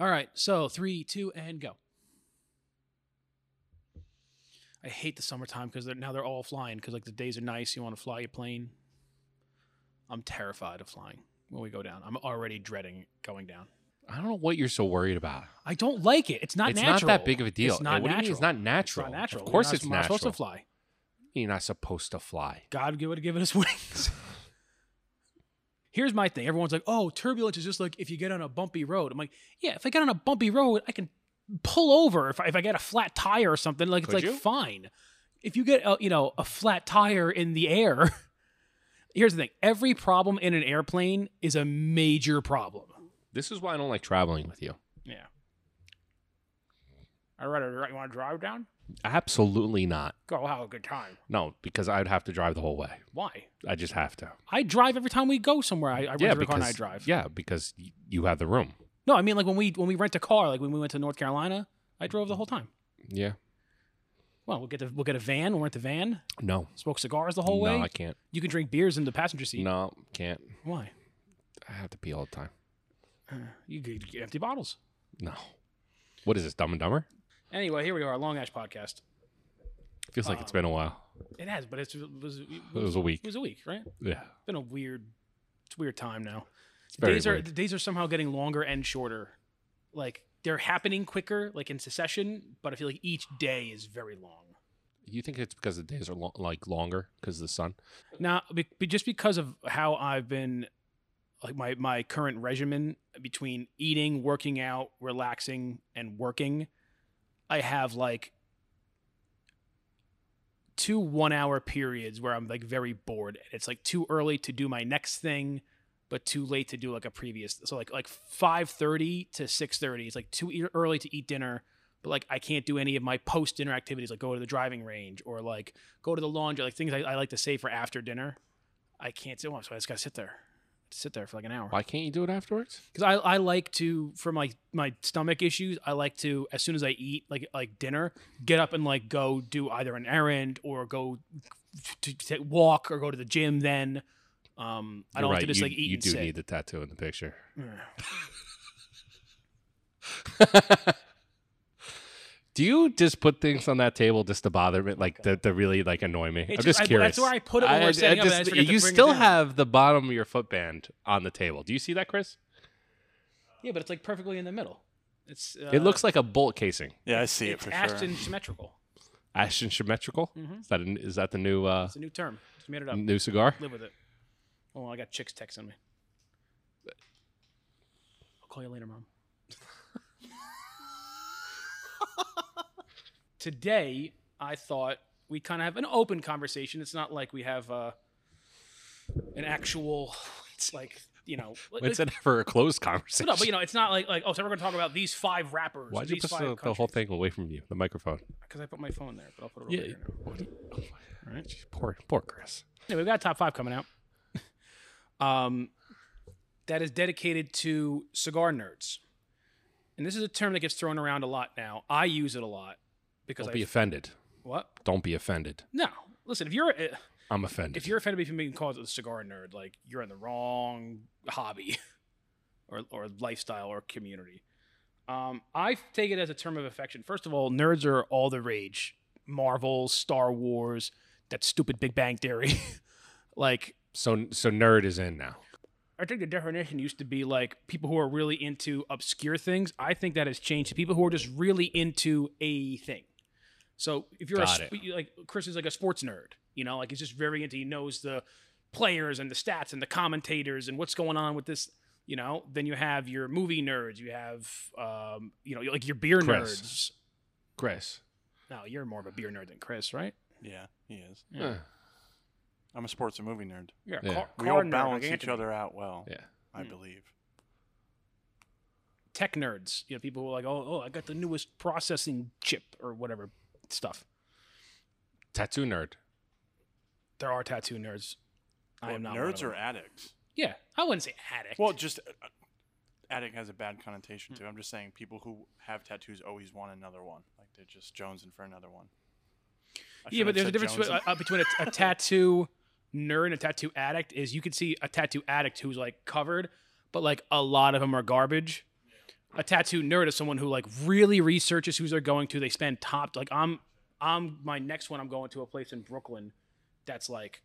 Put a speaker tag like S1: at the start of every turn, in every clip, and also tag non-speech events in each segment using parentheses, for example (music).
S1: All right. So three, two, and go. I hate the summertime because they're, now they're all flying because like the days are nice. You want to fly a plane. I'm terrified of flying when we go down. I'm already dreading going down.
S2: I don't know what you're so worried about.
S1: I don't like it. It's not
S2: it's
S1: natural.
S2: not that big of a deal.
S1: It's not
S2: what do you mean
S1: natural.
S2: It's not
S1: It's
S2: natural.
S1: not natural.
S2: Of course,
S1: We're not-
S2: it's
S1: we're not
S2: natural.
S1: supposed to fly.
S2: You're not supposed to fly.
S1: God would have given us (laughs) wings. Here's my thing. Everyone's like, oh, turbulence is just like if you get on a bumpy road. I'm like, yeah, if I get on a bumpy road, I can pull over if I, if I get a flat tire or something. Like,
S2: Could
S1: it's like
S2: you?
S1: fine. If you get, a, you know, a flat tire in the air, (laughs) here's the thing every problem in an airplane is a major problem.
S2: This is why I don't like traveling with you.
S1: Yeah. All right, all right, you want to drive down?
S2: Absolutely not.
S1: Go have a good time.
S2: No, because I would have to drive the whole way.
S1: Why?
S2: I just have to.
S1: I drive every time we go somewhere. I, I rent
S2: yeah,
S1: a car
S2: because
S1: and I drive.
S2: Yeah, because y- you have the room.
S1: No, I mean like when we when we rent a car, like when we went to North Carolina, I drove the whole time.
S2: Yeah.
S1: Well, we'll get the, we'll get a van. We'll rent the van.
S2: No.
S1: Smoke cigars the whole
S2: no,
S1: way.
S2: I Mm. can't.
S1: You can drink beers in the passenger seat.
S2: No, can't.
S1: Why? Uh,
S2: I have to pee all the time.
S1: You could get empty bottles.
S2: No. What is this, Dumb and Dumber?
S1: Anyway, here we are, Long Ash podcast.
S2: Feels like it's
S1: Um,
S2: been a while.
S1: It has, but it's, it was it
S2: It was
S1: was,
S2: a week.
S1: it was a week, right? It's
S2: Yeah.
S1: been a weird, it's a weird time now.
S2: It's very
S1: days are
S2: weird.
S1: the days are somehow getting longer and shorter. Like they're happening quicker, like in succession, but I feel like each day is very long.
S2: You think it's because the days are lo- like longer because of the sun?
S1: Now, be, be- just because of how I've been, like my my current regimen between eating, working out, relaxing, and working, I have like two one hour periods where I'm like very bored. and It's like too early to do my next thing, but too late to do like a previous. So like like five thirty to six thirty. It's like too e- early to eat dinner. But like I can't do any of my post dinner activities, like go to the driving range or like go to the laundry, like things I, I like to say for after dinner. I can't do them, so I just gotta sit there, sit there for like an hour.
S2: Why can't you do it afterwards?
S1: Because I, I like to for my my stomach issues, I like to as soon as I eat like like dinner, get up and like go do either an errand or go to, to walk or go to the gym. Then um, I
S2: You're
S1: don't like to
S2: right,
S1: just
S2: you,
S1: like eat
S2: You
S1: and
S2: do
S1: sit. (sighs)
S2: need the tattoo in the picture.
S1: Mm.
S2: do you just put things on that table just to bother me, like to, to really like annoy me?
S1: It's
S2: I'm just
S1: I-
S2: curious.
S1: That's where I put it when
S2: I-
S1: we're
S2: I
S1: setting up. and I
S2: just-
S1: just forget to
S2: you
S1: bring it
S2: still
S1: down.
S2: have the bottom of your footband on the table. Do you see that, Chris?
S1: yeah, but it's like perfectly in the middle. It's uh,
S2: it looks like a bolt casing.
S3: Yeah, I see it
S1: it's
S3: for
S1: Ashton
S3: sure.
S1: symmetrical.
S2: Ashton symmetrical.
S1: Mhm.
S2: Is that a, is that the new uh,
S1: It's a new term. Just made it up.
S2: new cigar?
S1: Live with it. Oh, I got chicks texting me. I'll call you later, mom. (laughs) Today, I thought we kind of have an open conversation. It's not like we have uh, an actual. It's like you know.
S2: It's never a closed conversation. (laughs)
S1: no, but you know, it's not like like oh, so we're gonna talk about these five rappers.
S2: Why'd you
S1: these
S2: put
S1: five
S2: the, the whole thing away from you, the microphone?
S1: Because I put my phone there, but I'll put it over
S2: Yeah.
S1: here now.
S2: What do you- oh my-
S1: Right.
S2: Poor, poor Chris.
S1: Anyway, we've got a top five coming out. um, that is dedicated to cigar nerds. And this is a term that gets thrown around a lot now. I use it a lot because
S2: Don't
S1: I
S2: be offended.
S1: what?
S2: Don't be offended.
S1: No, listen. If you're uh,
S2: I'm offended.
S1: if you're offended by being called a cigar nerd, like you're in the wrong hobby, (laughs) or or lifestyle or community. Um, I take it as a term of affection. First of all, nerds are all the rage. Marvel, Star Wars, that stupid Big Bang Theory. (laughs) like
S2: so so nerd is in now.
S1: I think the definition used to be like people who are really into obscure things. I think that has changed to people who are just really into a thing. So if you're a,
S2: Got
S1: sp- like Chris is like a sports nerd, you know, like he's just very into he knows the players and the stats and the commentators and what's going on with this, you know. Then you have your movie nerds, you have um, you know, like your beer
S2: Chris.
S1: nerds.
S2: Chris.
S1: No, you're more of a beer nerd than Chris, right?
S3: Yeah, he is.
S1: Yeah.
S2: Eh,
S3: I'm a sports and movie nerd.
S1: You're a
S2: Yeah.
S1: car,
S3: We
S1: car
S3: all
S1: nerd,
S3: balance
S1: like
S3: each
S1: Anthony.
S3: other out well,
S2: yeah.
S3: I
S1: Mm.
S3: believe.
S1: Tech nerds, you know, people who are like, oh, oh, I got the newest processing chip or whatever stuff.
S2: Tattoo nerd.
S1: there are tattoo nerds. I
S3: Well,
S1: am not
S3: nerds are
S1: or
S3: addicts.
S1: yeah. I wouldn't say addict.
S3: Well, just uh, addict has a bad connotation
S1: Hmm.
S3: too. I'm just saying people who have tattoos always want another one. Like they're just jonesing for another one. I
S1: yeah, but
S3: shouldn't
S1: there's a
S3: have
S1: difference
S3: said
S1: between,
S3: jonesing.
S1: uh, between a, a tattoo nerd and a tattoo addict. Is you can see a tattoo addict who's like covered, but like a lot of them are garbage. a tattoo nerd is someone who like really researches who they're going to. They spend top like I'm I'm my next one I'm going to a place in Brooklyn that's like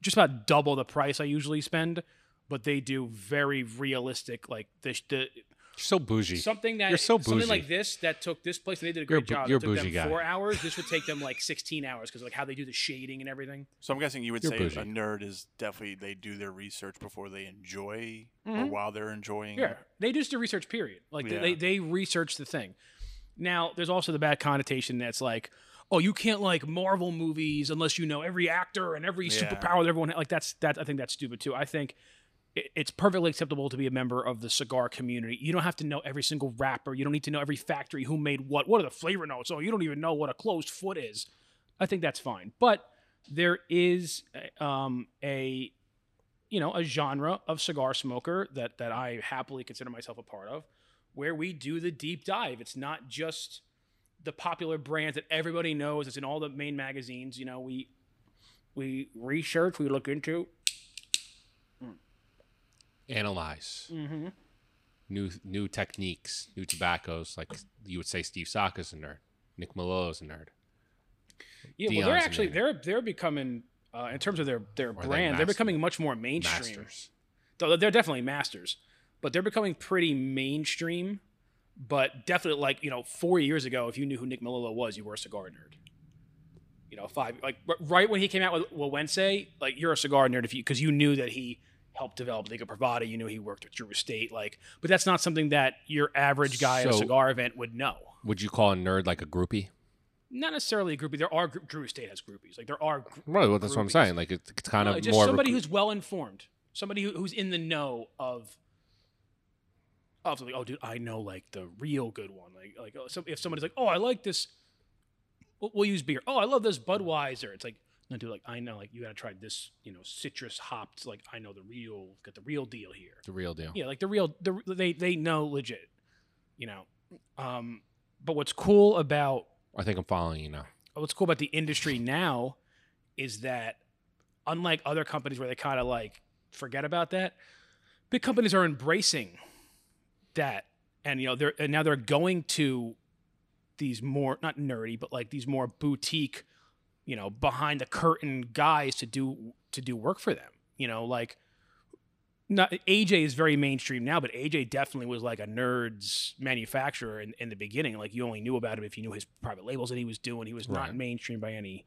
S1: just about double the price I usually spend, but they do very realistic like the, the
S2: so bougie.
S1: something that
S2: You're so
S1: something
S2: bougie.
S1: like this that took this place they did a
S2: You're
S1: great
S2: a bou-
S1: job.
S2: you're
S1: it
S2: a
S1: took them
S2: bougie guy.
S1: four hours. This would take them like sixteen hours because like how they do the shading and everything.
S3: So I'm guessing you would
S2: You're
S3: say
S2: bougie.
S3: a nerd is definitely they do their research before they enjoy or
S1: Mhm.
S3: while they're enjoying.
S1: Yeah, they just do research. Period. Like they-
S3: Yeah.
S1: they they research the thing. Now, there's also the bad connotation that's like, oh, you can't like Marvel movies unless you know every actor and every
S3: Yeah.
S1: superpower that everyone ha-" like. That's that. I think that's stupid too. I think it- it's perfectly acceptable to be a member of the cigar community. You don't have to know every single rapper. You don't need to know every factory who made what. What are the flavor notes? Oh, you don't even know what a closed foot is. I think that's fine. But there is uh, um, a you know a genre of cigar smoker that that I happily consider myself a part of, where we do the deep dive. It's not just the popular brands that everybody knows. It's in all the main magazines. You know, we we research, we look into.
S2: Analyze
S1: Mm-hmm.
S2: new new techniques, new tobaccos. Like you would say, Steve Saka's a nerd. Nick Malolo is a nerd.
S1: Yeah, well, they're
S2: Dion's
S1: actually
S2: nerd.
S1: they're they're becoming uh, in terms of their their
S2: they
S1: brand, they are
S2: master-
S1: becoming much more mainstream.
S2: Masters.
S1: Though they're definitely masters, but they're becoming pretty mainstream. But definitely, like you know, four years ago, if you knew who Nick Melillo was, you were a cigar nerd. You know, five like r- right when he came out with Wawense, like you're a cigar nerd if you because you knew that he helped develop Liga Privada. You knew he worked with Drew Estate. Like, but that's not something that your average guy at a
S2: So-
S1: cigar event would know.
S2: Would you call a nerd like a groupie?
S1: Not necessarily a groupie. There are gr- Drew Estate has groupies. Like there are gr-
S2: Right. Well, that's what I'm
S1: Groupies.
S2: saying. Like it's, it's kind
S1: No,
S2: of
S1: Uh, just
S2: more. of a
S1: somebody
S2: group-
S1: who's well informed, somebody who, who's in the know of. Of like, oh, dude, I know like the real good one. Like, like oh, so if somebody's like, oh, I like this, we'll, we'll use beer. Oh, I love this Budweiser. It's like, no, dude, like I know, like you gotta try this, you know, citrus hopped. Like I know the real, got the real deal here.
S2: the real deal.
S1: Yeah, like the real the, they they know legit, you know. Um, but what's cool about
S2: I think I'm following you now.
S1: what's cool about the industry now is that unlike other companies where they kind of like forget about that big companies are embracing that and you know they're and now they're going to these more not nerdy but like these more boutique you know behind the curtain guys to do to do work for them you know like not AJ is very mainstream now, but AJ definitely was like a nerd's manufacturer in, in the beginning. Like you only knew about him if you knew his private labels that he was doing. He was not
S2: Right.
S1: mainstream by any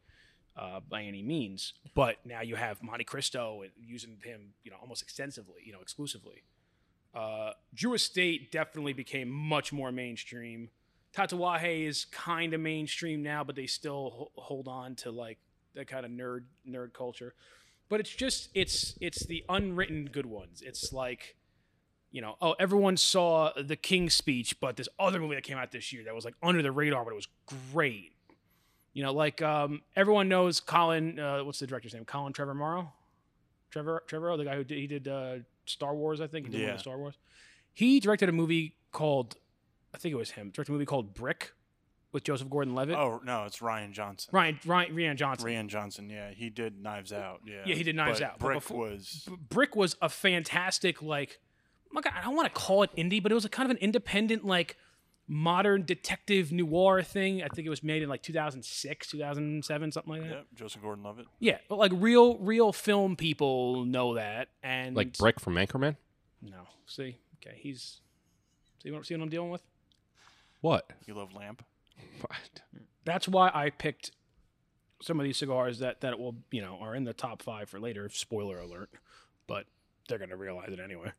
S1: uh, by any means. But now you have Monte Cristo and using him, you know, almost extensively, you know, exclusively. Uh, Drew Estate definitely became much more mainstream. Tatawahe is kind of mainstream now, but they still ho- hold on to like that kind of nerd nerd culture. But it's just it's it's the unwritten good ones. It's like you know, oh, everyone saw The King's Speech, but this other movie that came out this year that was like under the radar, but it was great. You know, like um, everyone knows Colin. Uh, what's the director's name? Colin Trevor Morrow. Trevor Trevor, the guy who did, he did uh, Star Wars, I think. He did one of
S3: Yeah.
S1: the Star Wars. He directed a movie called, I think it was him. Directed a movie called Brick with Joseph Gordon-Levitt.
S3: Oh no, it's Ryan Johnson.
S1: Ryan Ryan Rian Johnson.
S3: Ryan Johnson. Yeah, he did Knives Out. Yeah.
S1: Yeah, he did Knives
S3: But
S1: Out, but
S3: Brick
S1: before-
S3: was
S1: B- Brick was a fantastic like oh my God, I don't want to call it indie, but it was a kind of an independent like modern detective noir thing. I think it was made in like 2006, 2007, something like that.
S3: yep, Joseph Gordon-Levitt.
S1: Yeah, but like real real film people know that and
S2: Like Brick from Anchorman.
S1: No, see, okay, he's see what see what I'm dealing with.
S2: What?
S3: You love Lamp.
S2: What?
S1: That's why I picked some of these cigars that that will you know are in the top five for later. Spoiler alert, but they're gonna realize it anyway.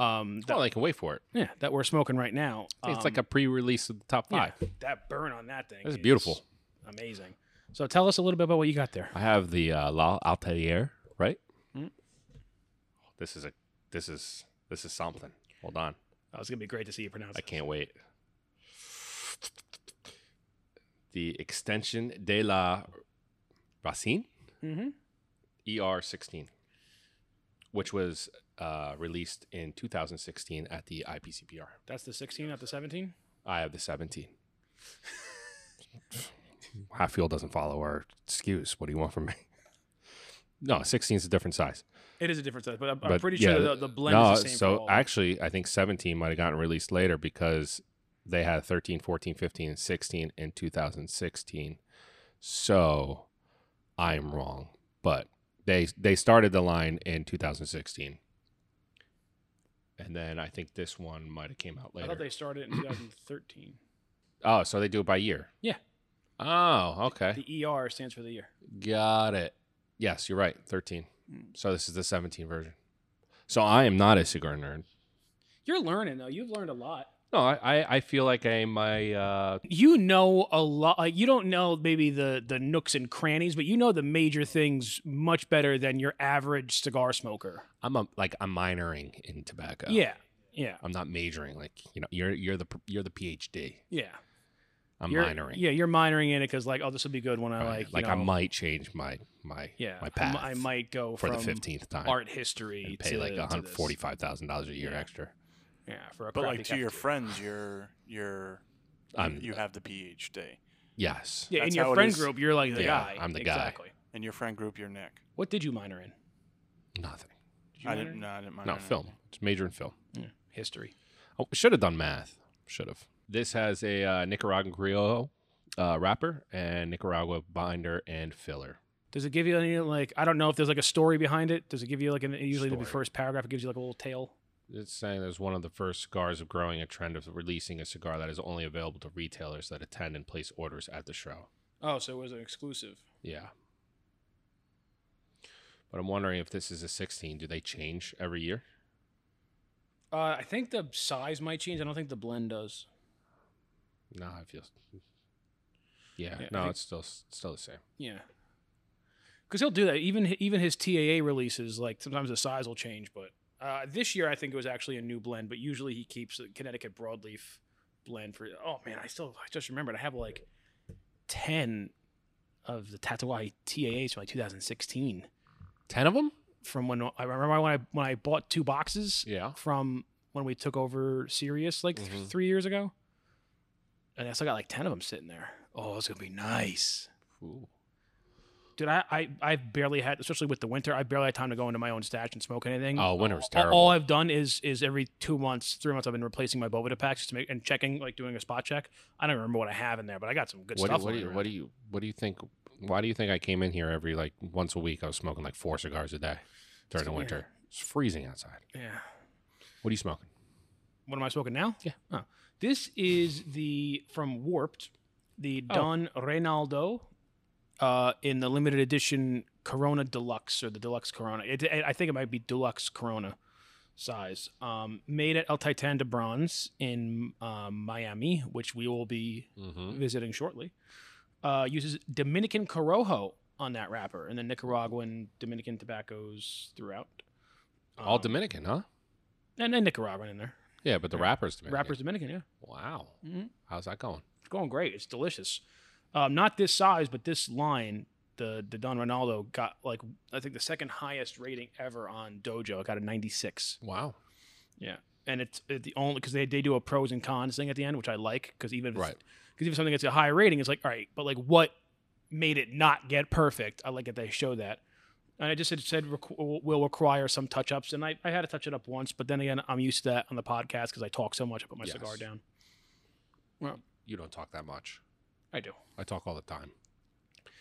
S1: Um, that
S2: Well, they can wait for it.
S1: Yeah, that we're smoking right now.
S2: It's like
S1: Um,
S2: a pre-release of the top
S1: yeah,
S2: five.
S1: that burn on that thing.
S2: That's
S1: is
S2: beautiful.
S1: Amazing. So tell us a little bit about what you got there.
S2: I have the uh, La Altalier, right?
S1: Mm.
S2: This is a this is this is something. Hold on,
S1: Oh, it's gonna be great to see you pronounce.
S2: I
S1: it.
S2: can't wait. The extension de la Racine
S1: Mm-hmm.
S2: ER sixteen, which was uh, released in 2016 at the IPCPR.
S1: That's the 16, not the 17.
S2: I have the (laughs) 17. Hatfield doesn't follow our skews. What do you want from me? (laughs) No, 16 is a different size.
S1: It is a different size, but I'm, I'm
S2: But,
S1: pretty
S2: yeah,
S1: sure the, the blend
S2: no,
S1: is the same.
S2: so
S1: for all.
S2: actually, I think 17 might have gotten released later because they had 13, 14, 15, and 16 in 2016. So I'm wrong, but they they started the line in 2016, and then I think this one might have came out
S1: I thought
S2: later.
S1: they started
S2: (clears throat)
S1: in 2013.
S2: oh, so they do it by year.
S1: Yeah.
S2: Oh, okay.
S1: The ER stands for the year.
S2: Got it. Yes, you're right. 13.
S3: Mm.
S2: So this is the 17 version. So I am not a cigar nerd.
S1: You're learning though. You've learned a lot.
S2: No, I, I, I feel like I'm my uh
S1: You know a lot. Like, you don't know maybe the the nooks and crannies, but you know the major things much better than your average cigar smoker.
S2: I'm a like I'm minoring in tobacco.
S1: Yeah, yeah,
S2: I'm not majoring like you know you're you're the you're the PhD.
S1: yeah.
S2: I'm
S1: You're-
S2: minoring.
S1: Yeah, you're minoring in it because like, oh, this will be good when I
S2: Right.
S1: like, you
S2: like I
S1: know,
S2: might change my my
S1: yeah, I
S2: my
S1: mi-
S2: path.
S1: I might go
S2: for the
S1: from
S2: fifteenth time
S1: art history
S2: and pay
S1: to,
S2: like
S1: to this.
S2: one hundred forty five thousand dollars a year
S1: Yeah.
S2: extra.
S1: Yeah, for a
S3: But
S1: crappy
S3: like to your
S1: cafeteria.
S3: friends, you're
S1: (sighs)
S3: you're you-
S2: I'm-
S3: you have the PhD.
S2: Um, Yes.
S1: Yeah, in
S3: That's how
S1: your
S3: it
S1: friend
S3: is.
S1: group, you're like the
S2: Yeah,
S1: guy.
S2: I'm the guy.
S1: exactly.
S3: In your friend group, you're Nick.
S1: What did you minor in?
S2: Nothing.
S1: Did you
S3: I
S1: minor
S3: didn't.
S1: in
S3: No, I didn't mind.
S2: No film. It's major in film.
S1: history.
S2: I should have done math. Should have. This has a uh, Nicaraguan Creole uh, wrapper and Nicaragua binder and filler.
S1: Does it give you any like I don't know if there's like a story behind it? Does it give you like an usually the
S2: Story.
S1: first paragraph it gives you like a little tale?
S2: It's saying there's one of the first cigars of growing a trend of releasing a cigar that is only available to retailers that attend and place orders at the show.
S1: Oh, so it was an exclusive.
S2: Yeah. But I'm wondering if this is a 16. Do they change every year?
S1: Uh, I think the size might change. I don't think the blend does.
S2: No, I feel. Yeah,
S1: Yeah, I
S2: no,
S1: think-
S2: it's still still the same.
S1: Yeah. Because he'll do that. Even even his TAA releases, like sometimes the size will change. But uh, this year, I think it was actually a new blend. But usually he keeps the Connecticut broadleaf blend for. Oh man, I still I just remembered I have like ten of the Tatuai TAAs from like 2016.
S2: Ten of them?
S1: From when I remember when I when I bought two boxes
S2: Yeah.
S1: from when we took over Sirius like th-
S2: Mhm.
S1: three years ago. And I still got like 10 of them sitting there. Oh, it's going to be nice.
S2: Ooh.
S1: Dude, I, I, I barely had, especially with the winter, I barely had time to go into my own stash and smoke anything.
S2: Oh,
S1: Mm,
S2: winter's
S1: All-
S2: terrible.
S1: All I've done is is every two months, three months, I've been replacing my Bovita packs just to make, and checking, like doing a spot check. I don't remember what I have in there, but I got some good
S2: what, do-
S1: stuff.
S2: what do
S1: lying
S2: you,
S1: around.
S2: what do you what do you think? Why do you think I came in here every like once a week? I was smoking like four cigars a day during the
S1: Yeah.
S2: winter. It's freezing outside.
S1: Yeah.
S2: What are you smoking?
S1: What am I smoking now?
S2: Yeah.
S1: Oh. This is the from Warped, the
S2: Oh.
S1: Don Reynaldo, uh, in the limited edition Corona Deluxe or the Deluxe Corona. It, it- I think it might be Deluxe Corona size. Um, made at El Titan de Bronze in um, Miami, which we will be
S2: Mm-hmm.
S1: visiting shortly. Uh, uses Dominican Corojo on that wrapper and then Nicaraguan Dominican tobaccos throughout.
S2: All
S1: Um,
S2: Dominican, huh?
S1: and then Nicaraguan in there.
S2: Yeah, but the wrappers Dominican.
S1: Wrapper's Dominican, yeah.
S2: Wow.
S1: Mhm.
S2: How's that going?
S1: It's going great. It's delicious. Um, not this size, but this line, the the Don Ronaldo got like I think the second highest rating ever on Dojo. It got a 96,
S2: Wow.
S1: and it's it, the only because they, they do a pros and cons thing at the end, which I like because even if it's-
S2: Right.
S1: 'cause even if something gets a high rating, it's like all right, but like what made it not get perfect? I like that they show that. And I just had said requ- will require some touch ups, and I, I had to touch it up once, but then again, I'm used to that on the podcast because I talk so much. I put my
S2: Yes.
S1: cigar down.
S2: You don't talk that much.
S1: I do.
S2: I talk all the time.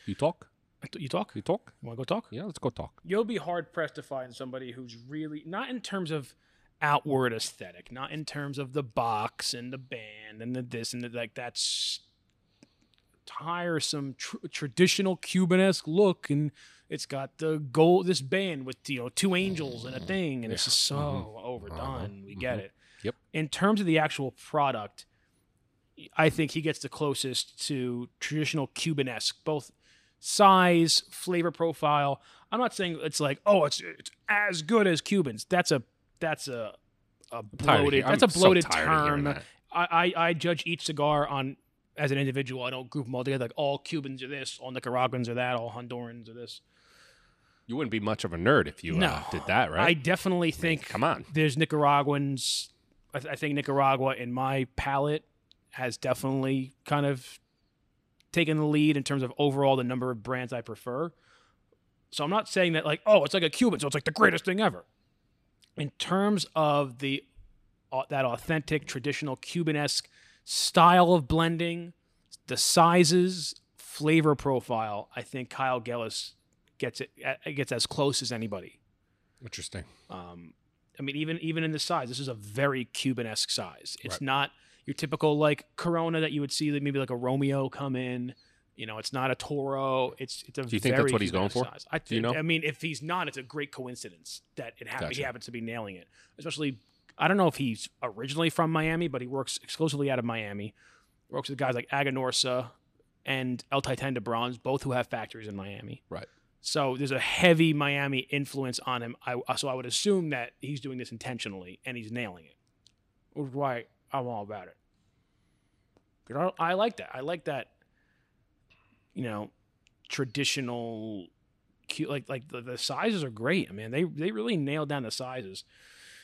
S2: You talk?
S1: I th- You talk? You
S2: You talk?
S1: want to go talk?
S2: Yeah, let's go talk.
S1: you'll be hard pressed to find somebody who's really not in terms of outward aesthetic, not in terms of the box and the band and the this and the like. That's tiresome tr- traditional Cuban-esque look, and it's got the gold this band with you know two angels and a thing, and it's
S2: Mm-hmm. Yeah.
S1: just so
S2: Mhm.
S1: overdone.
S2: Uh-huh.
S1: We get
S2: Mhm.
S1: it.
S2: Yep.
S1: In terms of the actual product. I think he gets the closest to traditional Cuban-esque, both size, flavor profile. I'm not saying it's like, oh, it's it's as good as Cubans. That's a that's a a
S2: Tired of
S1: bloated
S2: hear- I'm
S1: that's a
S2: so
S1: bloated
S2: tired of hearing
S1: term. I,
S2: that.
S1: I I judge each cigar on as an individual. I don't group them all together. Like all Cubans are this, all Nicaraguans are that, all Hondurans are this.
S2: You wouldn't be much of a nerd if you uh,
S1: No.
S2: did that,
S1: I
S2: right?
S1: definitely think
S2: Come on.
S1: there's Nicaraguans. I, th- I think Nicaragua, in my palate, has definitely kind of taken the lead in terms of overall the number of brands I prefer. So I'm not saying that like, oh, it's like a Cuban, so it's like the greatest thing ever. In terms of the au- that authentic traditional Cuban-esque style of blending, the sizes, flavor profile, I think Kyle Gellis gets it uh, gets as close as anybody.
S2: Interesting.
S1: Um, I mean, even even in the size, this is a very Cuban-esque size. It's
S2: Right.
S1: not your typical like Corona that you would see, like maybe like a Romeo come in. You know, it's not a Toro. It's it's a.
S2: Do you think that's
S1: very
S2: what he's going
S1: Cuban-esque
S2: for?
S1: size. I
S2: Do you
S1: think-
S2: know?
S1: I mean, if he's not, it's a great coincidence that it hap- he
S2: Gotcha.
S1: happens to be nailing it. Especially, I don't know if he's originally from Miami, but he works exclusively out of Miami. Works with guys like Aganorsa and El Titan de Bronze, both who have factories in Miami.
S2: Right.
S1: So there's a heavy Miami influence on him. I, so I would assume that he's doing this intentionally and he's nailing it. Which is why I'm all about it. 'Cause I, don't- I like that. I like that. You know, traditional, cute like like the, the sizes are great. I mean, they they really nailed down the sizes.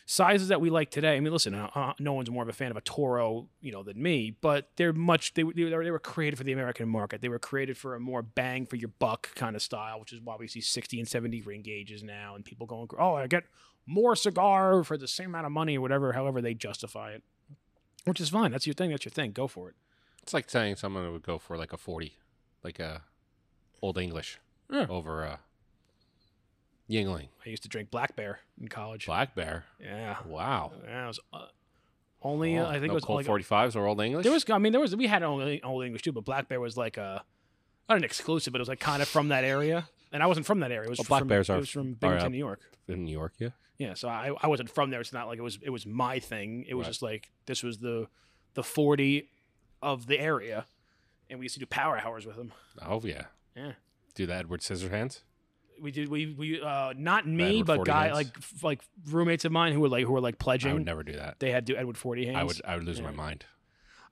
S1: Sizes that we like today. I mean, listen, uh, uh, no one's more of a fan of a Toro, you know, than me. But they're much they, were- they were they were created for the American market. They were created for a more bang for your buck kind of style, which is why we see sixty and seventy ring gauges now, and people going, oh, I get more cigar for the same amount of money or whatever, however they justify it. Which is fine. That's your thing. That's your thing. Go for it.
S2: It's like saying someone would go for like a 40, like a old English
S1: Yeah.
S2: over a Yingling.
S1: I used to drink Black Bear in college.
S2: Black Bear.
S1: Yeah.
S2: Wow.
S1: Yeah, it was uh, only uh,
S2: Oh,
S1: I think
S2: no
S1: it was
S2: Colt
S1: like,
S2: 45s or old English?
S1: there was I mean there was we had old, old English too, but Black Bear was like a not an exclusive, but it was like kind of from that area, and I wasn't from that area. It was
S2: Well, Black
S1: from,
S2: Bears
S1: it
S2: are-
S1: was from
S2: are
S1: Binghamton,
S2: out.
S1: New York.
S2: in New York, yeah.
S1: Yeah, so I, I wasn't from there. It's not like it was it was my thing. It was
S2: Right.
S1: just like this was the the forty of the area, and we used to do power hours with them.
S2: Oh yeah.
S1: Yeah.
S2: Do the Edward Scissorhands?
S1: We did we we uh not me
S2: Edward
S1: but
S2: 40
S1: guy
S2: hands?
S1: like f- like roommates of mine who were like who were like
S2: I would
S1: pledging.
S2: never do that.
S1: They had to do Edward Forty hands.
S2: I would I would lose my
S1: Yeah.
S2: mind.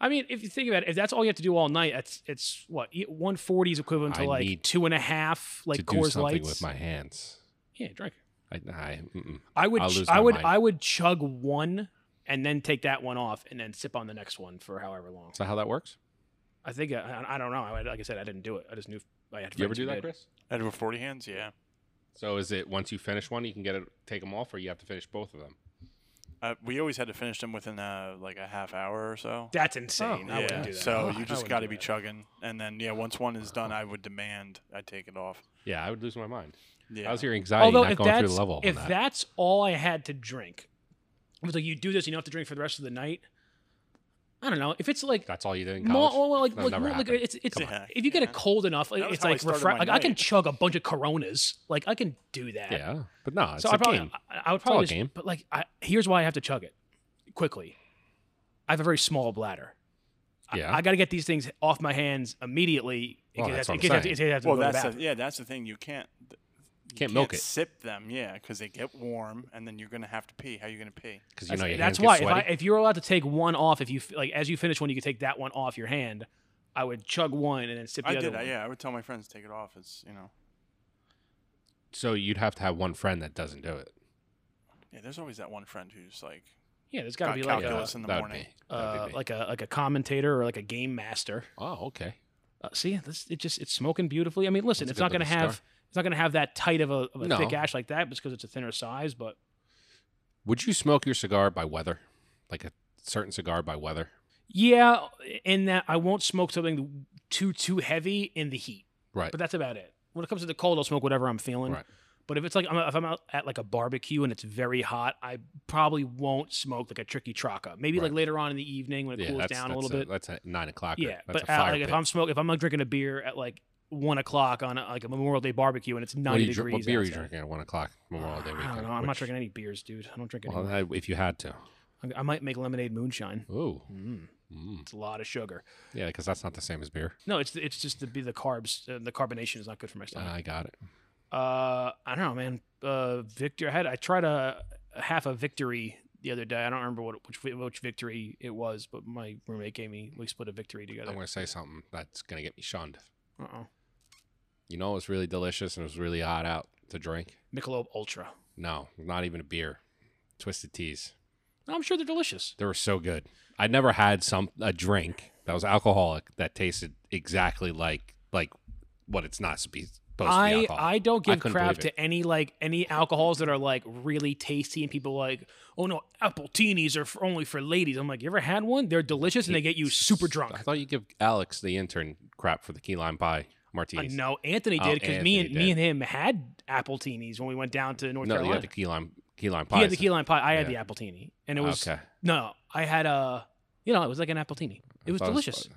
S1: I mean, if you think about it, if that's all you have to do all night, it's it's what e, one forty is equivalent to
S2: I
S1: like
S2: need
S1: two and a half like
S2: to do
S1: Coors
S2: something
S1: Lights.
S2: with my hands.
S1: yeah, drink.
S2: I, I mm-mm.
S1: I would
S2: I'll
S1: ch-
S2: lose
S1: I
S2: my
S1: would
S2: mind.
S1: I would chug one and then take that one off and then sip on the next one for however long.
S2: Is that how that works?
S1: I think uh, I, I don't know. I, like I said, I didn't do it. I just knew I had.
S2: Do you ever
S1: friends who
S2: do that,
S1: did.
S2: Chris?
S3: Edward Forty Hands, yeah.
S2: So is it once you finish one, you can get it, take them off, or you have to finish both of them?
S3: Uh, we always had to finish them within uh, like a half hour or so.
S1: That's insane. (laughs)
S2: Oh,
S1: I
S3: yeah.
S1: wouldn't do that.
S2: Oh,
S3: So
S2: I
S3: you just
S1: wouldn't
S3: got
S1: do
S3: to be
S1: that.
S3: chugging, and then yeah, once one is done, I would demand I take it off.
S2: Yeah, I would lose my mind.
S3: Yeah.
S2: How's your anxiety
S1: Although
S2: not
S1: if
S2: going
S1: that's
S2: through the level
S1: if
S2: on that?
S1: that's all I had to drink, it was like you do this, you don't have to drink for the rest of the night. I don't know if it's like
S2: That's all you did in
S1: More,
S2: college.
S1: well, well, like,
S2: That
S1: like,
S2: never
S1: more, like,
S2: happened.
S1: it's, it's,
S3: Come on.
S1: if you get
S3: Yeah.
S1: it cold enough, like,
S3: That was
S1: it's
S3: how I
S1: like
S3: started
S1: refresh.
S3: my
S1: Like I can
S3: night.
S1: chug a bunch of Coronas. Like I can do that.
S2: yeah, but no, it's
S1: oh, So
S2: a
S1: I probably,
S2: game.
S1: I, I would
S2: all
S1: probably
S2: a
S1: just,
S2: game.
S1: But like, I, here's why I have to chug it quickly. I have a very small bladder. I-
S2: Yeah.
S1: I, got to get these things off my hands immediately. in
S2: Well,
S1: case
S2: that's
S1: I- in
S2: what I'm
S1: case I have to-
S2: saying.
S1: in case I have to
S3: well,
S1: go to the
S3: that's the,
S1: bathroom.
S3: yeah, that's the thing. You can't you
S2: Can't milk it.
S3: Sip them, yeah, because they get warm, and then you're gonna have to pee. How you gonna pee?
S2: Because you
S1: That's,
S2: know your
S1: that's
S2: hands
S1: why
S2: get
S1: if, I,
S2: sweaty.
S1: if you're allowed to take one off, if you f- like as you finish one, you can take that one off your hand. I would chug one and then sip the
S3: I
S1: other
S3: did.
S1: one.
S3: I, yeah, I would tell my friends to take it off. It's you know,
S2: so you'd have to have one friend that doesn't do it.
S3: yeah. There's always that one friend who's like,
S1: Yeah, there's got to
S3: Got
S1: be like
S2: Yeah,
S1: a,
S3: calculus. in the
S2: that would
S3: morning.
S2: be- that would
S1: uh,
S2: be me.
S1: like a like a commentator or like a game master.
S2: oh, okay.
S1: Uh, see, this it just it's smoking beautifully. I mean, listen,
S2: That's
S1: it's
S2: a
S1: not
S2: good
S1: going to
S2: little
S1: have it's not going to have that tight of a, of a
S2: No.
S1: thick ash like that because it's a thinner size. But
S2: Would you smoke your cigar by weather? Like a certain cigar by weather?
S1: yeah, in that I won't smoke something too too heavy in the heat.
S2: Right.
S1: But that's about it. When it comes to the cold, I'll smoke whatever I'm feeling.
S2: Right.
S1: But if it's like I'm, if I'm out at like a barbecue and it's very hot, I probably won't smoke like a tricky traca. Maybe like
S2: Right.
S1: later on in the evening when it cools
S2: that's,
S1: down a
S2: that's
S1: little bit.
S2: That's at nine o'clock.
S1: Yeah,
S2: that's
S1: but
S2: a
S1: uh,
S2: fire
S1: like if
S2: pit.
S1: I'm smoking, if I'm like drinking a beer at like one o'clock on a, like a Memorial Day barbecue and it's
S2: what, do
S1: ninety
S2: you drink-
S1: degrees,
S2: what beer are you
S1: outside. Uh,
S2: drinking at one o'clock Memorial Day weekend?
S1: I don't know. I'm not
S2: which-
S1: drinking any beers, dude. I don't drink any.
S2: Well, that- if you had to,
S1: I- I might make lemonade moonshine.
S2: ooh,
S1: Mm,
S2: mm.
S1: it's a lot of sugar.
S2: yeah, because that's not the same as beer.
S1: No, it's it's just the be the carbs. Uh, the carbonation is not good for my stomach.
S2: I got it.
S1: Uh, I don't know, man. Uh, Victor, I had I tried a, a half a victory the other day. I don't remember what which which victory it was, but my roommate gave me. We split a victory
S2: I'm
S1: together.
S2: going to say something that's going to get me shunned.
S1: Uh oh,
S2: You know, it was really delicious and it was really hot out to drink.
S1: Michelob Ultra.
S2: No, not even a beer. Twisted teas.
S1: I'm sure they're delicious.
S2: They were so good. I never had some a drink that was alcoholic that tasted exactly like like what it's not supposed supposed to be
S1: I
S2: alcohol.
S1: I don't give
S2: couldn't
S1: crap
S2: believe it.
S1: to any like any alcohols that are like really tasty and people like oh no apple teenies are for, only for ladies. I'm like you ever had one? They're delicious and they get you super drunk.
S2: I thought you give Alex the intern crap for the key lime pie
S1: Uh,
S2: martinis.
S1: no, Anthony
S2: Oh,
S1: did because me
S2: Anthony
S1: and me
S2: did.
S1: and him had apple teenies when we went down to North
S2: no, you
S1: Carolina.
S2: had the key lime key lime pie.
S1: he had the key lime pie. I had
S2: Yeah.
S1: the apple teeny, and it was
S2: okay.
S1: no, no. I had a you know it was like an apple teeny. It was
S2: I thought
S1: delicious.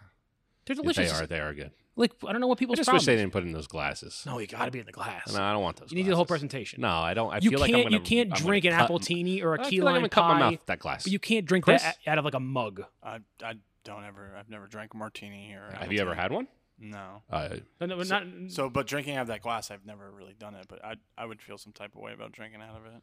S1: They're delicious.
S2: They are. They are good.
S1: Like I don't know what
S2: I
S1: people's
S2: just
S1: problems.
S2: wish they didn't put it in those glasses.
S1: No, you got to be in the glass.
S2: No, I don't want those.
S1: you need the whole
S2: glasses.
S1: presentation.
S2: No, I don't. I
S1: you
S2: feel
S1: can't.
S2: like I'm gonna,
S1: you can't
S2: I'm gonna
S1: drink an
S2: cut
S1: apple
S2: m-
S1: teeny or a
S2: I
S1: key
S2: feel like I'm
S1: lime
S2: gonna cut my
S1: pie.
S2: mouth with that glass.
S1: But you can't drink
S2: Chris?
S1: that out of like a mug.
S3: I, I don't ever. I've never drank a martini or.
S2: Uh, Have you ever had one?
S3: No.
S2: Uh,
S1: No, no,
S3: So-
S1: not,
S3: So, but drinking out of that glass, I've never really done it. But I, I would feel some type of way about drinking out of it.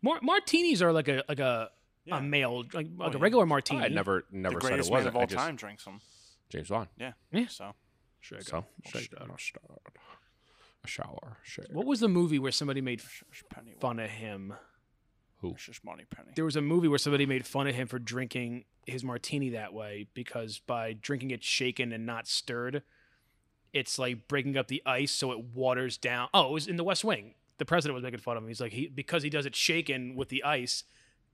S1: mar- martinis are like a like a,
S3: Yeah.
S1: a male like, like
S3: yeah.
S1: a regular martini.
S2: Oh, I never, never
S3: the
S2: said
S3: greatest
S2: it
S3: man
S2: wasn't.
S3: of all
S2: I just,
S3: time drinks them.
S2: James Bond.
S1: Yeah.
S3: So
S1: Sure, I got-
S2: So,
S1: Sure.
S2: shake down, start. A shower. Shake.
S1: What was the movie where somebody made
S3: shush, penny,
S1: fun of him?
S2: Who?
S3: shush, money, penny.
S1: There was a movie where somebody made fun of him for drinking his martini that way because by drinking it shaken and not stirred, it's like breaking up the ice so it waters down. Oh, it was in The West Wing. The president was making fun of him. He's like he because he does it shaken with the ice,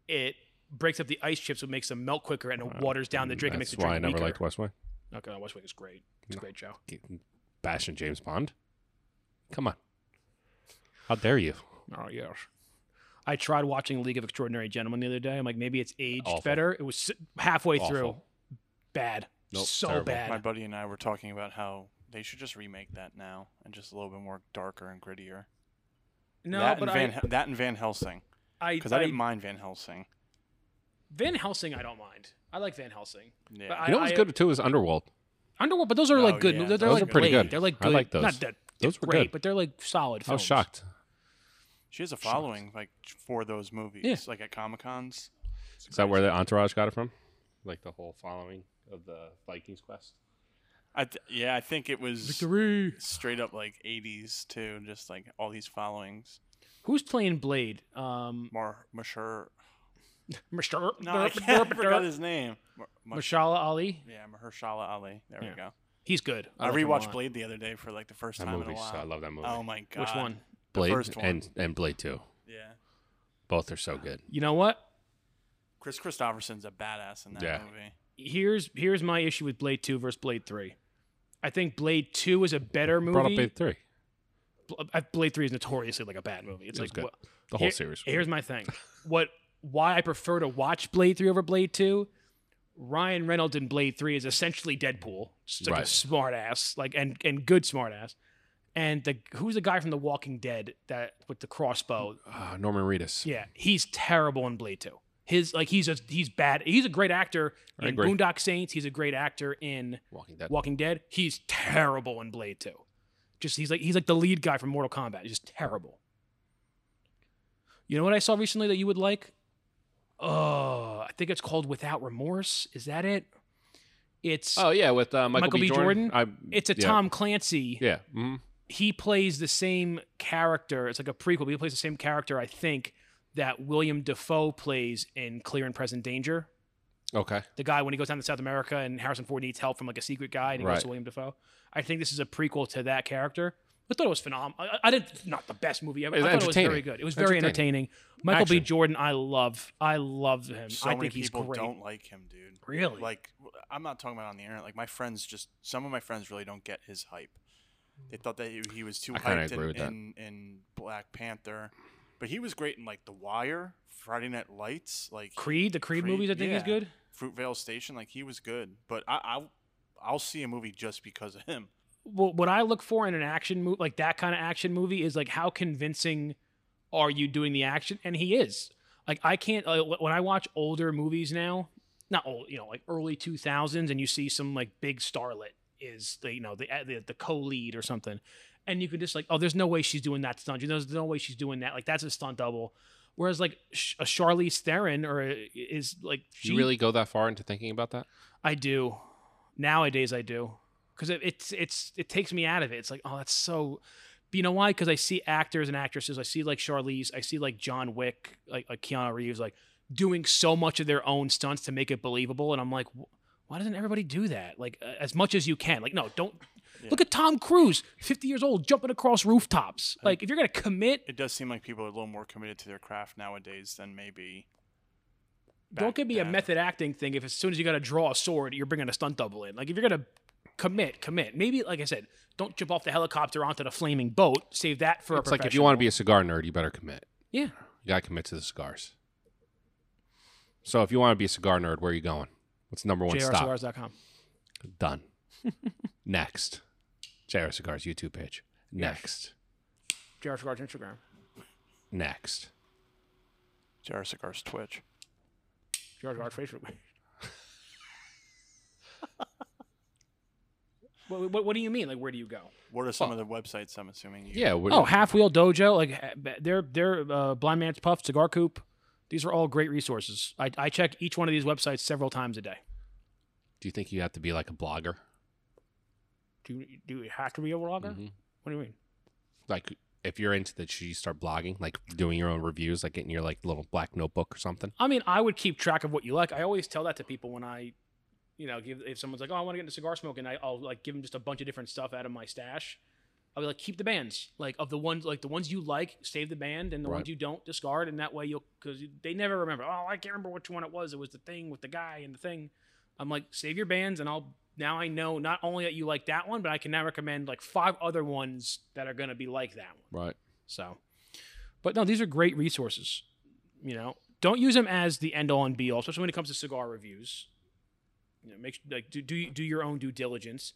S1: it breaks up the ice chips, so it makes them melt quicker, and it waters down the drink and makes
S2: Mm, That's
S1: the drink
S2: why I never
S1: weaker.
S2: liked West Wing.
S1: Okay, no, West Wing is great. It's a great show.
S2: Bashing James Bond. Come on. How dare you?
S1: Oh yes. I tried watching League of Extraordinary Gentlemen the other day. I'm like, maybe it's aged
S2: Awful.
S1: better. It was s- halfway through,
S2: Awful.
S1: bad,
S2: Nope,
S1: so
S2: terrible.
S1: bad.
S3: My buddy and I were talking about how they should just remake that now and just a little bit more darker and grittier.
S1: no,
S3: that
S1: but
S3: and Van, that and Van Helsing
S1: I, I,
S3: because I,
S1: I,
S3: didn't mind Van Helsing.
S1: Van Helsing, I don't mind. I like Van Helsing.
S3: Yeah.
S1: But I-
S2: You know what's good too is Underworld.
S1: Underworld, but those are
S3: Oh,
S1: like good.
S3: yeah,
S1: They're, they're
S2: those
S1: like
S2: are pretty
S1: Blade.
S2: good.
S1: They're like
S2: I
S1: good.
S2: like those.
S1: Not that
S2: Those
S1: they're
S2: were
S1: great,
S2: good.
S1: but they're like solid
S2: I
S1: films.
S2: was shocked.
S3: she has a following like for those movies,
S1: Yeah.
S3: like at Comic Cons.
S2: Is that where the entourage got it from? Like the whole following of the Vikings quest.
S3: I th- yeah, I think it was
S1: Victory.
S3: straight up like '80s too, just like all these followings.
S1: Who's playing Blade? Um,
S3: More mature.
S1: Mr.
S3: No, I, can't, I forgot his name. Mar- Mar-
S1: Mashallah Ali.
S3: yeah, Mahershala Ali. There
S1: Yeah.
S3: we go.
S1: He's good.
S3: I,
S1: like him a
S3: rewatched
S1: lot.
S3: Blade the other day for like the first
S2: That
S3: time
S2: movie.
S3: in a while.
S2: So I love that movie.
S3: oh my god.
S1: Which one?
S2: Blade
S3: first one.
S2: and and Blade Two.
S3: Yeah.
S2: Both are so good.
S1: You know what?
S3: Chris Christopherson's a badass in that
S2: Yeah.
S3: movie.
S1: here's here's my issue with Blade Two versus Blade Three. I think Blade Two is a better movie.
S2: Brought up Blade Three.
S1: Bl- uh, Blade Three is notoriously like a bad movie. It's
S2: It was
S1: like
S2: good.
S1: what-
S2: The whole
S1: here-
S2: series.
S1: Here's my thing. What why I prefer to watch Blade Three over Blade Two. Ryan Reynolds in Blade Three is essentially Deadpool, just like a
S2: Right.
S1: smart ass, like and and good smart ass. And the who's the guy from The Walking Dead that with the crossbow?
S2: Ah, Norman Reedus.
S1: Yeah, he's terrible in Blade Two. His like he's a he's bad. He's a great actor
S2: I
S1: in
S2: agree.
S1: Boondock Saints. He's a great actor in
S2: Walking Dead.
S1: Walking Dead, he's terrible in Blade 2. Just he's like he's like the lead guy from Mortal Kombat. He's just terrible. You know what I saw recently that you would like? Oh, I think it's called Without Remorse. Is that it? It's
S2: Oh yeah, with uh, Michael, B. Jordan. I-
S1: it's a
S2: yeah.
S1: Tom Clancy.
S2: Yeah. hmm
S1: He plays the same character. It's like a prequel, but he plays the same character, I think, that William Defoe plays in Clear and Present Danger.
S2: Okay.
S1: the guy when he goes down to South America and Harrison Ford needs help from like a secret guy and he goes
S2: Right.
S1: to William Defoe. I think this is a prequel to that character. I thought it was phenomenal. I, I didn't not the best movie ever.
S2: It
S1: I thought
S2: was
S1: it was very
S2: entertaining.
S1: good. It was very entertaining.
S2: Entertaining.
S1: Michael B.
S2: Action.
S1: Jordan, I love. I love him.
S3: So
S1: I
S3: many
S1: think he's
S3: people
S1: great.
S3: don't like him, dude.
S2: Oh,
S1: Really?
S3: Like, w- I'm not talking about on the internet. Like, my friends just, some of my friends really don't get his hype. They thought that he, he was too
S2: I kinda
S3: hyped in,
S2: agree with that.
S3: in, in Black Panther. But he was great in, like, The Wire, Friday Night Lights, like,
S1: Creed, the Creed,
S3: Creed,
S1: movies, I think is
S3: yeah.
S1: good.
S3: Fruitvale Station. Like, he was good. But I, I, I'll see a movie just because of him.
S1: Well, what I look for in an action movie, like that kind of action movie, is like how convincing are you doing the action? And he is. Like I can't like, wh- when I watch older movies now, not old, you know, like early two thousands, and you see some like big starlet is the, you know the eh, the, the co lead or something, and you can just like oh, there's no way she's doing that stunt. You know, there's no way she's doing that. Like that's a stunt double. Whereas like sh- a Charlize Theron or a, is like she
S2: you really go that far into thinking about that?
S1: I do. Nowadays, I do because it, it's it's it takes me out of it. It's like, oh, that's so. But you know why? Because I see actors and actresses. I see like Charlize. I see like John Wick, like, like Keanu Reeves, like doing so much of their own stunts to make it believable. And I'm like, "Wh- why doesn't everybody do that? Like uh, as much as you can. Like no, don't
S3: Yeah.
S1: Look at Tom Cruise, 50 years old, jumping across rooftops. Like, if you're going to commit,
S3: It does seem like people are a little more committed to their craft nowadays than maybe.
S1: don't
S3: back
S1: give me a
S3: then.
S1: method acting thing if as soon as you got to draw a sword, you're bringing a stunt double in. Like, if you're going to commit, commit. Maybe, like I said, don't jump off the helicopter onto the flaming boat. Save that for
S2: it's
S1: a
S2: like if you want to be
S1: professional.
S2: a cigar nerd, you better commit.
S1: Yeah.
S2: You gotta commit to the cigars. So if you want to be a cigar nerd, where are you going? What's the number one stop?
S1: JRCigars.com. (laughs)
S2: Done. Next. JR Cigars YouTube page. Next.
S1: JR Cigars Instagram.
S2: Next.
S3: JR Cigars Twitch.
S1: JR Cigars Facebook. (laughs) page. what, what, what do you mean? Like, where do you go?
S3: What are some of the websites? I'm assuming. You,
S2: Yeah. we
S1: Oh, Half Wheel Dojo, like ha- ba- they're they're uh, Blind Man's Puff, Cigar Coop. These are all great resources. I, I check each one of these websites several times a day.
S2: Do you think you have to be like a blogger?
S1: Do you, do you have to be a vlogger?
S2: Mhm.
S1: What do you mean?
S2: Like, if you're into that, should you start blogging? Like, doing your own reviews, like getting your like little black notebook or something?
S1: I mean, I would keep track of what you like. I always tell that to people when I, you know, give if someone's like, "Oh, I want to get into cigar smoking," I, I'll like give them just a bunch of different stuff out of my stash. I'll be like, "Keep the bands, like of the ones like the ones you like, save the band, and the
S2: Right.
S1: ones you don't, discard." And that way, you'll because they never remember. Oh, I can't remember which one it was. It was the thing with the guy and the thing. I'm like, save your bands, and I'll now I know not only that you like that one, but I can now recommend like five other ones that are gonna be like that one.
S2: Right.
S1: So, but no, these are great resources. You know, don't use them as the end all and be all, especially when it comes to cigar reviews. You know, make like do do do your own due diligence.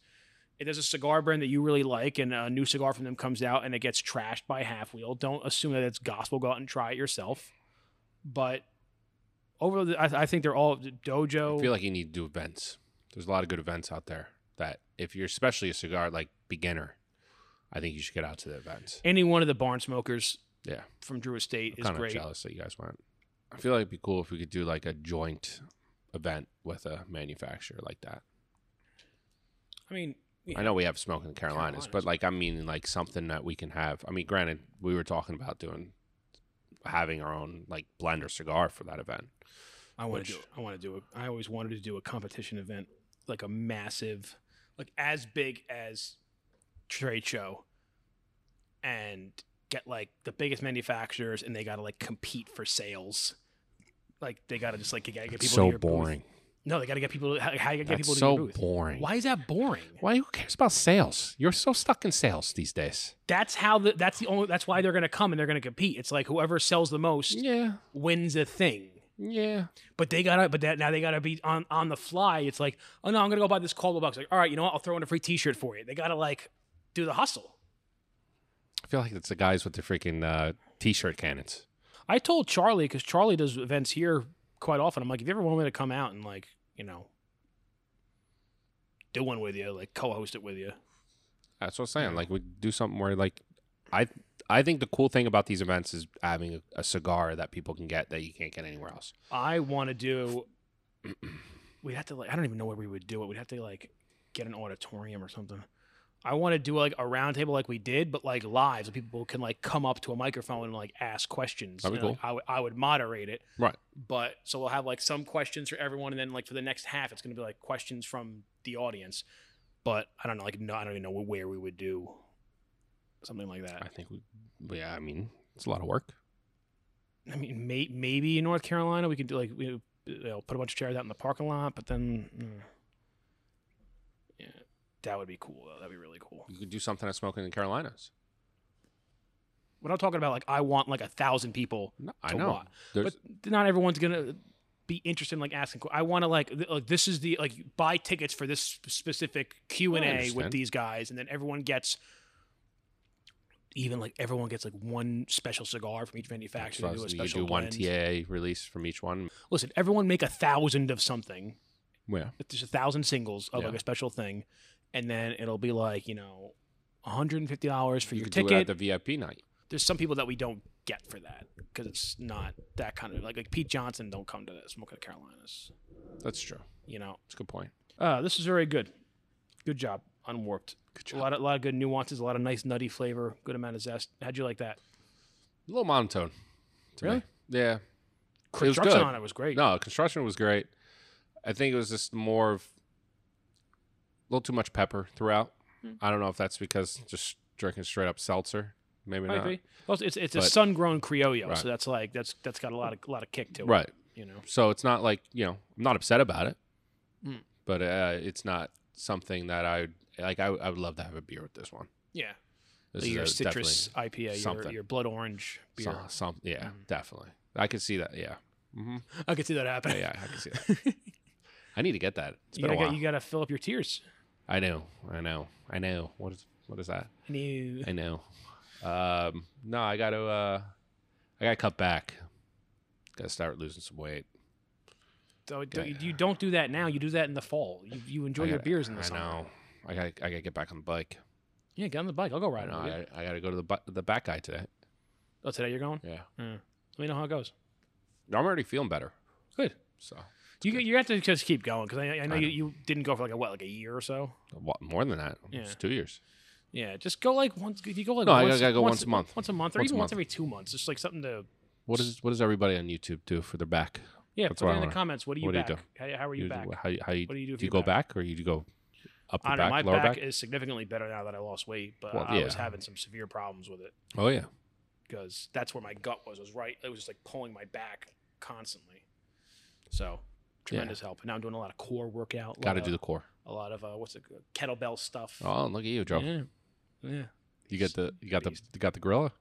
S1: If there's a cigar brand that you really like and a new cigar from them comes out and it gets trashed by Half Wheel, don't assume that it's gospel. Go out and try it yourself. But over, the, I, I think they're all dojo.
S2: I feel like you need to do events. There's a lot of good events out there that if you're especially a cigar like beginner, I think you should get out to the events.
S1: any one of the barn smokers
S2: Yeah.
S1: from Drew Estate
S2: I'm
S1: is
S2: kind of
S1: great.
S2: jealous that you guys went. I feel like it'd be cool if we could do like a joint event with a manufacturer like that.
S1: I mean, yeah.
S2: I know we have smoke in the Carolinas,
S1: Carolinas.
S2: but like I mean, like something that we can have. I mean, granted, we were talking about doing having our own like blender cigar for that event.
S1: I want to do.
S2: Which-
S1: I want to do it. I always wanted to do a competition event, like a massive, like as big as trade show, and get like the biggest manufacturers, and they got to like compete for sales. Like they got to just like get, get people. to your booth. No, they got to get people. How, how you get
S2: That's
S1: people to
S2: so
S1: your booth?
S2: boring. Why?
S1: Why is that boring?
S2: Why? Who cares about sales? You're so stuck in sales these days.
S1: That's how. The, that's the only. That's why they're gonna come and they're gonna compete. It's like whoever sells the most
S2: Yeah,
S1: wins a thing.
S2: yeah.
S1: But they gotta, but that now they gotta be on on the fly. It's like, oh no, I'm gonna go buy this Caldwell box. Like, all right, you know what? I'll throw in a free T-shirt for you. They gotta like do the hustle.
S2: I feel like it's the guys with the freaking uh, t-shirt cannons.
S1: I told Charlie because Charlie does events here quite often. I'm like, if you ever want me to come out and like, you know, do one with you, like co-host it with you.
S2: That's what I'm saying. Like we do something where like I I think the cool thing about these events is having a, a cigar that people can get that you can't get anywhere else. (clears throat)
S1: I want to do. We'd have to like. I don't even know where we would do it. We'd have to like get an auditorium or something. I want to do like a round table like we did, but like live, so people can like come up to a microphone and like ask questions.
S2: That'd be
S1: And, like, I would- I would moderate it.
S2: Right.
S1: But so we'll have like some questions for everyone, and then like for the next half, it's gonna be like questions from the audience. But I don't know, like no, I don't even know where we would do something like that.
S2: I think we yeah, I mean, it's a lot of work.
S1: I mean, may, maybe in North Carolina we could do like we you know, put a bunch of chairs out in the parking lot, but then mm. yeah, that would be cool. Though. That'd be really cool.
S2: You could do something at Smoking in the Carolinas.
S1: We're not talking about like I want like a thousand people,
S2: No, I
S1: To
S2: know.
S1: what?
S2: There's,
S1: but not everyone's gonna be interested in like asking. que- I want to like th- like this is the like you buy tickets for this sp- specific Q and
S2: I
S1: A with
S2: understand.
S1: these guys, and then everyone gets. Even like everyone gets like one special cigar from each
S2: that's
S1: manufacturer. to
S2: what I
S1: do a
S2: was-
S1: special
S2: you do one
S1: blend.
S2: TA release from each one.
S1: Listen, everyone make a thousand of something,
S2: Yeah.
S1: if there's a thousand singles of like
S2: Yeah.
S1: a special thing, and then it'll be like you know, one hundred and fifty dollars for
S2: you
S1: your
S2: could do it
S1: ticket.
S2: at the VIP night.
S1: there's some people that we don't get for that because it's not that kind of like like Pete Johnson don't come to the Smoke of the Carolinas.
S2: That's true.
S1: You know,
S2: That's a good point.
S1: uh, this is very good. Good job, unwarped.
S2: Good
S1: A
S2: job.
S1: lot of lot of good nuances, a lot of nice nutty flavor, good amount of zest. How'd you like that?
S2: A little monotone. to me.
S1: Really?
S2: Yeah. was
S1: Construction
S2: good.
S1: on it was great.
S2: No, construction was great. I think it was just more of a little too much pepper throughout.
S1: Hmm.
S2: I don't know if that's because just drinking straight up seltzer. Maybe
S1: Might
S2: not.
S1: be. Well, it's it's a
S2: But-
S1: sun grown criollo,
S2: Right.
S1: so that's like that's that's got a lot of a lot of kick to it.
S2: Right.
S1: You know.
S2: So it's not like you know I'm not upset about it,
S1: Mm.
S2: but uh, it's not something that I like. I, I would love to have a beer with this one.
S1: Yeah.
S2: This
S1: Like
S2: is
S1: your
S2: a-
S1: citrus
S2: definitely
S1: IPA, your,
S2: something.
S1: your blood orange beer.
S2: some, some- yeah,
S1: Mhm.
S2: definitely. I could see that. Yeah.
S1: (laughs)
S2: hmm
S1: I could see that
S2: yeah,
S1: happening. (laughs)
S2: yeah, I can see that. I need to get that. It's
S1: you,
S2: been
S1: gotta,
S2: a while.
S1: get- you gotta fill up your tears.
S2: I know. I know. I know. What is what is that?
S1: And you,
S2: I know. Um, no, I got to. Uh, I got to cut back. Got to start losing some weight.
S1: don't, don't-
S2: yeah.
S1: you don't do that now. You do that in the fall. You, you enjoy
S2: I
S1: your
S2: gotta-
S1: beers in the
S2: I
S1: summer.
S2: know. I got. I got to get back on the bike.
S1: Yeah, get on the bike. I'll go
S2: I
S1: ride
S2: know.
S1: on it.
S2: I, I got to go to the bu- the back guy today.
S1: Oh, today you're going?
S2: Yeah.
S1: Let me know how it goes.
S2: I'm already feeling better.
S1: Good.
S2: So
S1: You you have to just keep going because I, I know
S2: I
S1: you,
S2: know.
S1: you didn't go for like a what like a year or so.
S2: wha- more than that.
S1: Yeah.
S2: It's two years.
S1: Yeah, just go like once. If you go like
S2: No, I
S1: once,
S2: gotta go once a month.
S1: once a month, or
S2: Once a
S1: even once
S2: month.
S1: every two months. Just like something to
S2: What is what does everybody on YouTube do for their back?
S1: yeah.
S2: That's
S1: put
S2: what
S1: it
S2: I
S1: in the
S2: wanna-
S1: comments. What do you
S2: what do you
S1: back? How, how are you,
S2: You-
S1: back?
S2: How you- how you
S1: What do you do if
S2: do you
S1: you're
S2: go
S1: back?
S2: back? or you go up the
S1: I don't know.
S2: back,
S1: My
S2: lower
S1: back,
S2: back?
S1: is significantly better now that I lost weight, but
S2: Well,
S1: I was
S2: yeah.
S1: having some severe problems with it
S2: Oh yeah.
S1: because that's where my gut was. It was right. It was just like pulling my back constantly. So tremendous help. And now I'm doing a lot of core workout.
S2: Got to do the core.
S1: a lot of uh, what's it kettlebell stuff.
S2: Oh, look at you, Joe.
S1: yeah, yeah.
S2: You got the you got the
S1: Beast.
S2: you got the gorilla.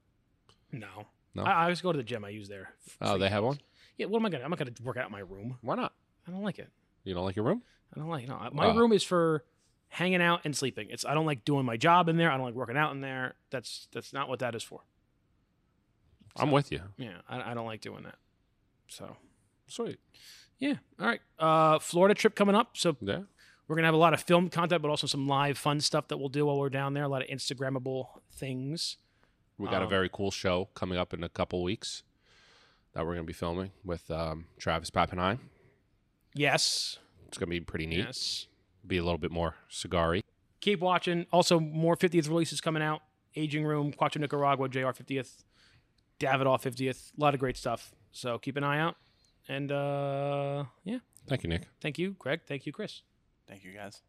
S1: No.
S2: No?
S1: I, I always go to the gym I use there.
S2: Oh, they have one.
S1: Yeah, what am I gonna? I'm not gonna work out in my room.
S2: Why not?
S1: I don't like it.
S2: You don't like your room?
S1: I don't like. No, I- my
S2: Wow.
S1: room is for hanging out and sleeping. It's. I don't like doing my job in there. I don't like working out in there. That's that's not what that is for.
S2: I'm with you.
S1: Yeah, I, I don't like doing that. So
S2: Sweet.
S1: yeah, all right. Uh, Florida trip coming up, so
S2: Yeah.
S1: we're gonna have a lot of film content, but also some live fun stuff that we'll do while we're down there. A lot of Instagrammable things.
S2: We got a
S1: Um,
S2: very cool show coming up in a couple weeks that we're going to be filming with um, Travis Pappenheim.
S1: Yes,
S2: It's going to be pretty neat.
S1: yes.
S2: Be a little bit more cigar
S1: keep watching. Also, more 50th releases coming out. Aging Room, Quattro Nicaragua, JR 50th, Davidoff 50th. A lot of great stuff. So keep an eye out. And uh, yeah,
S2: Thank you, Nick.
S1: thank you, Greg. Thank you, Chris.
S3: Thank you guys.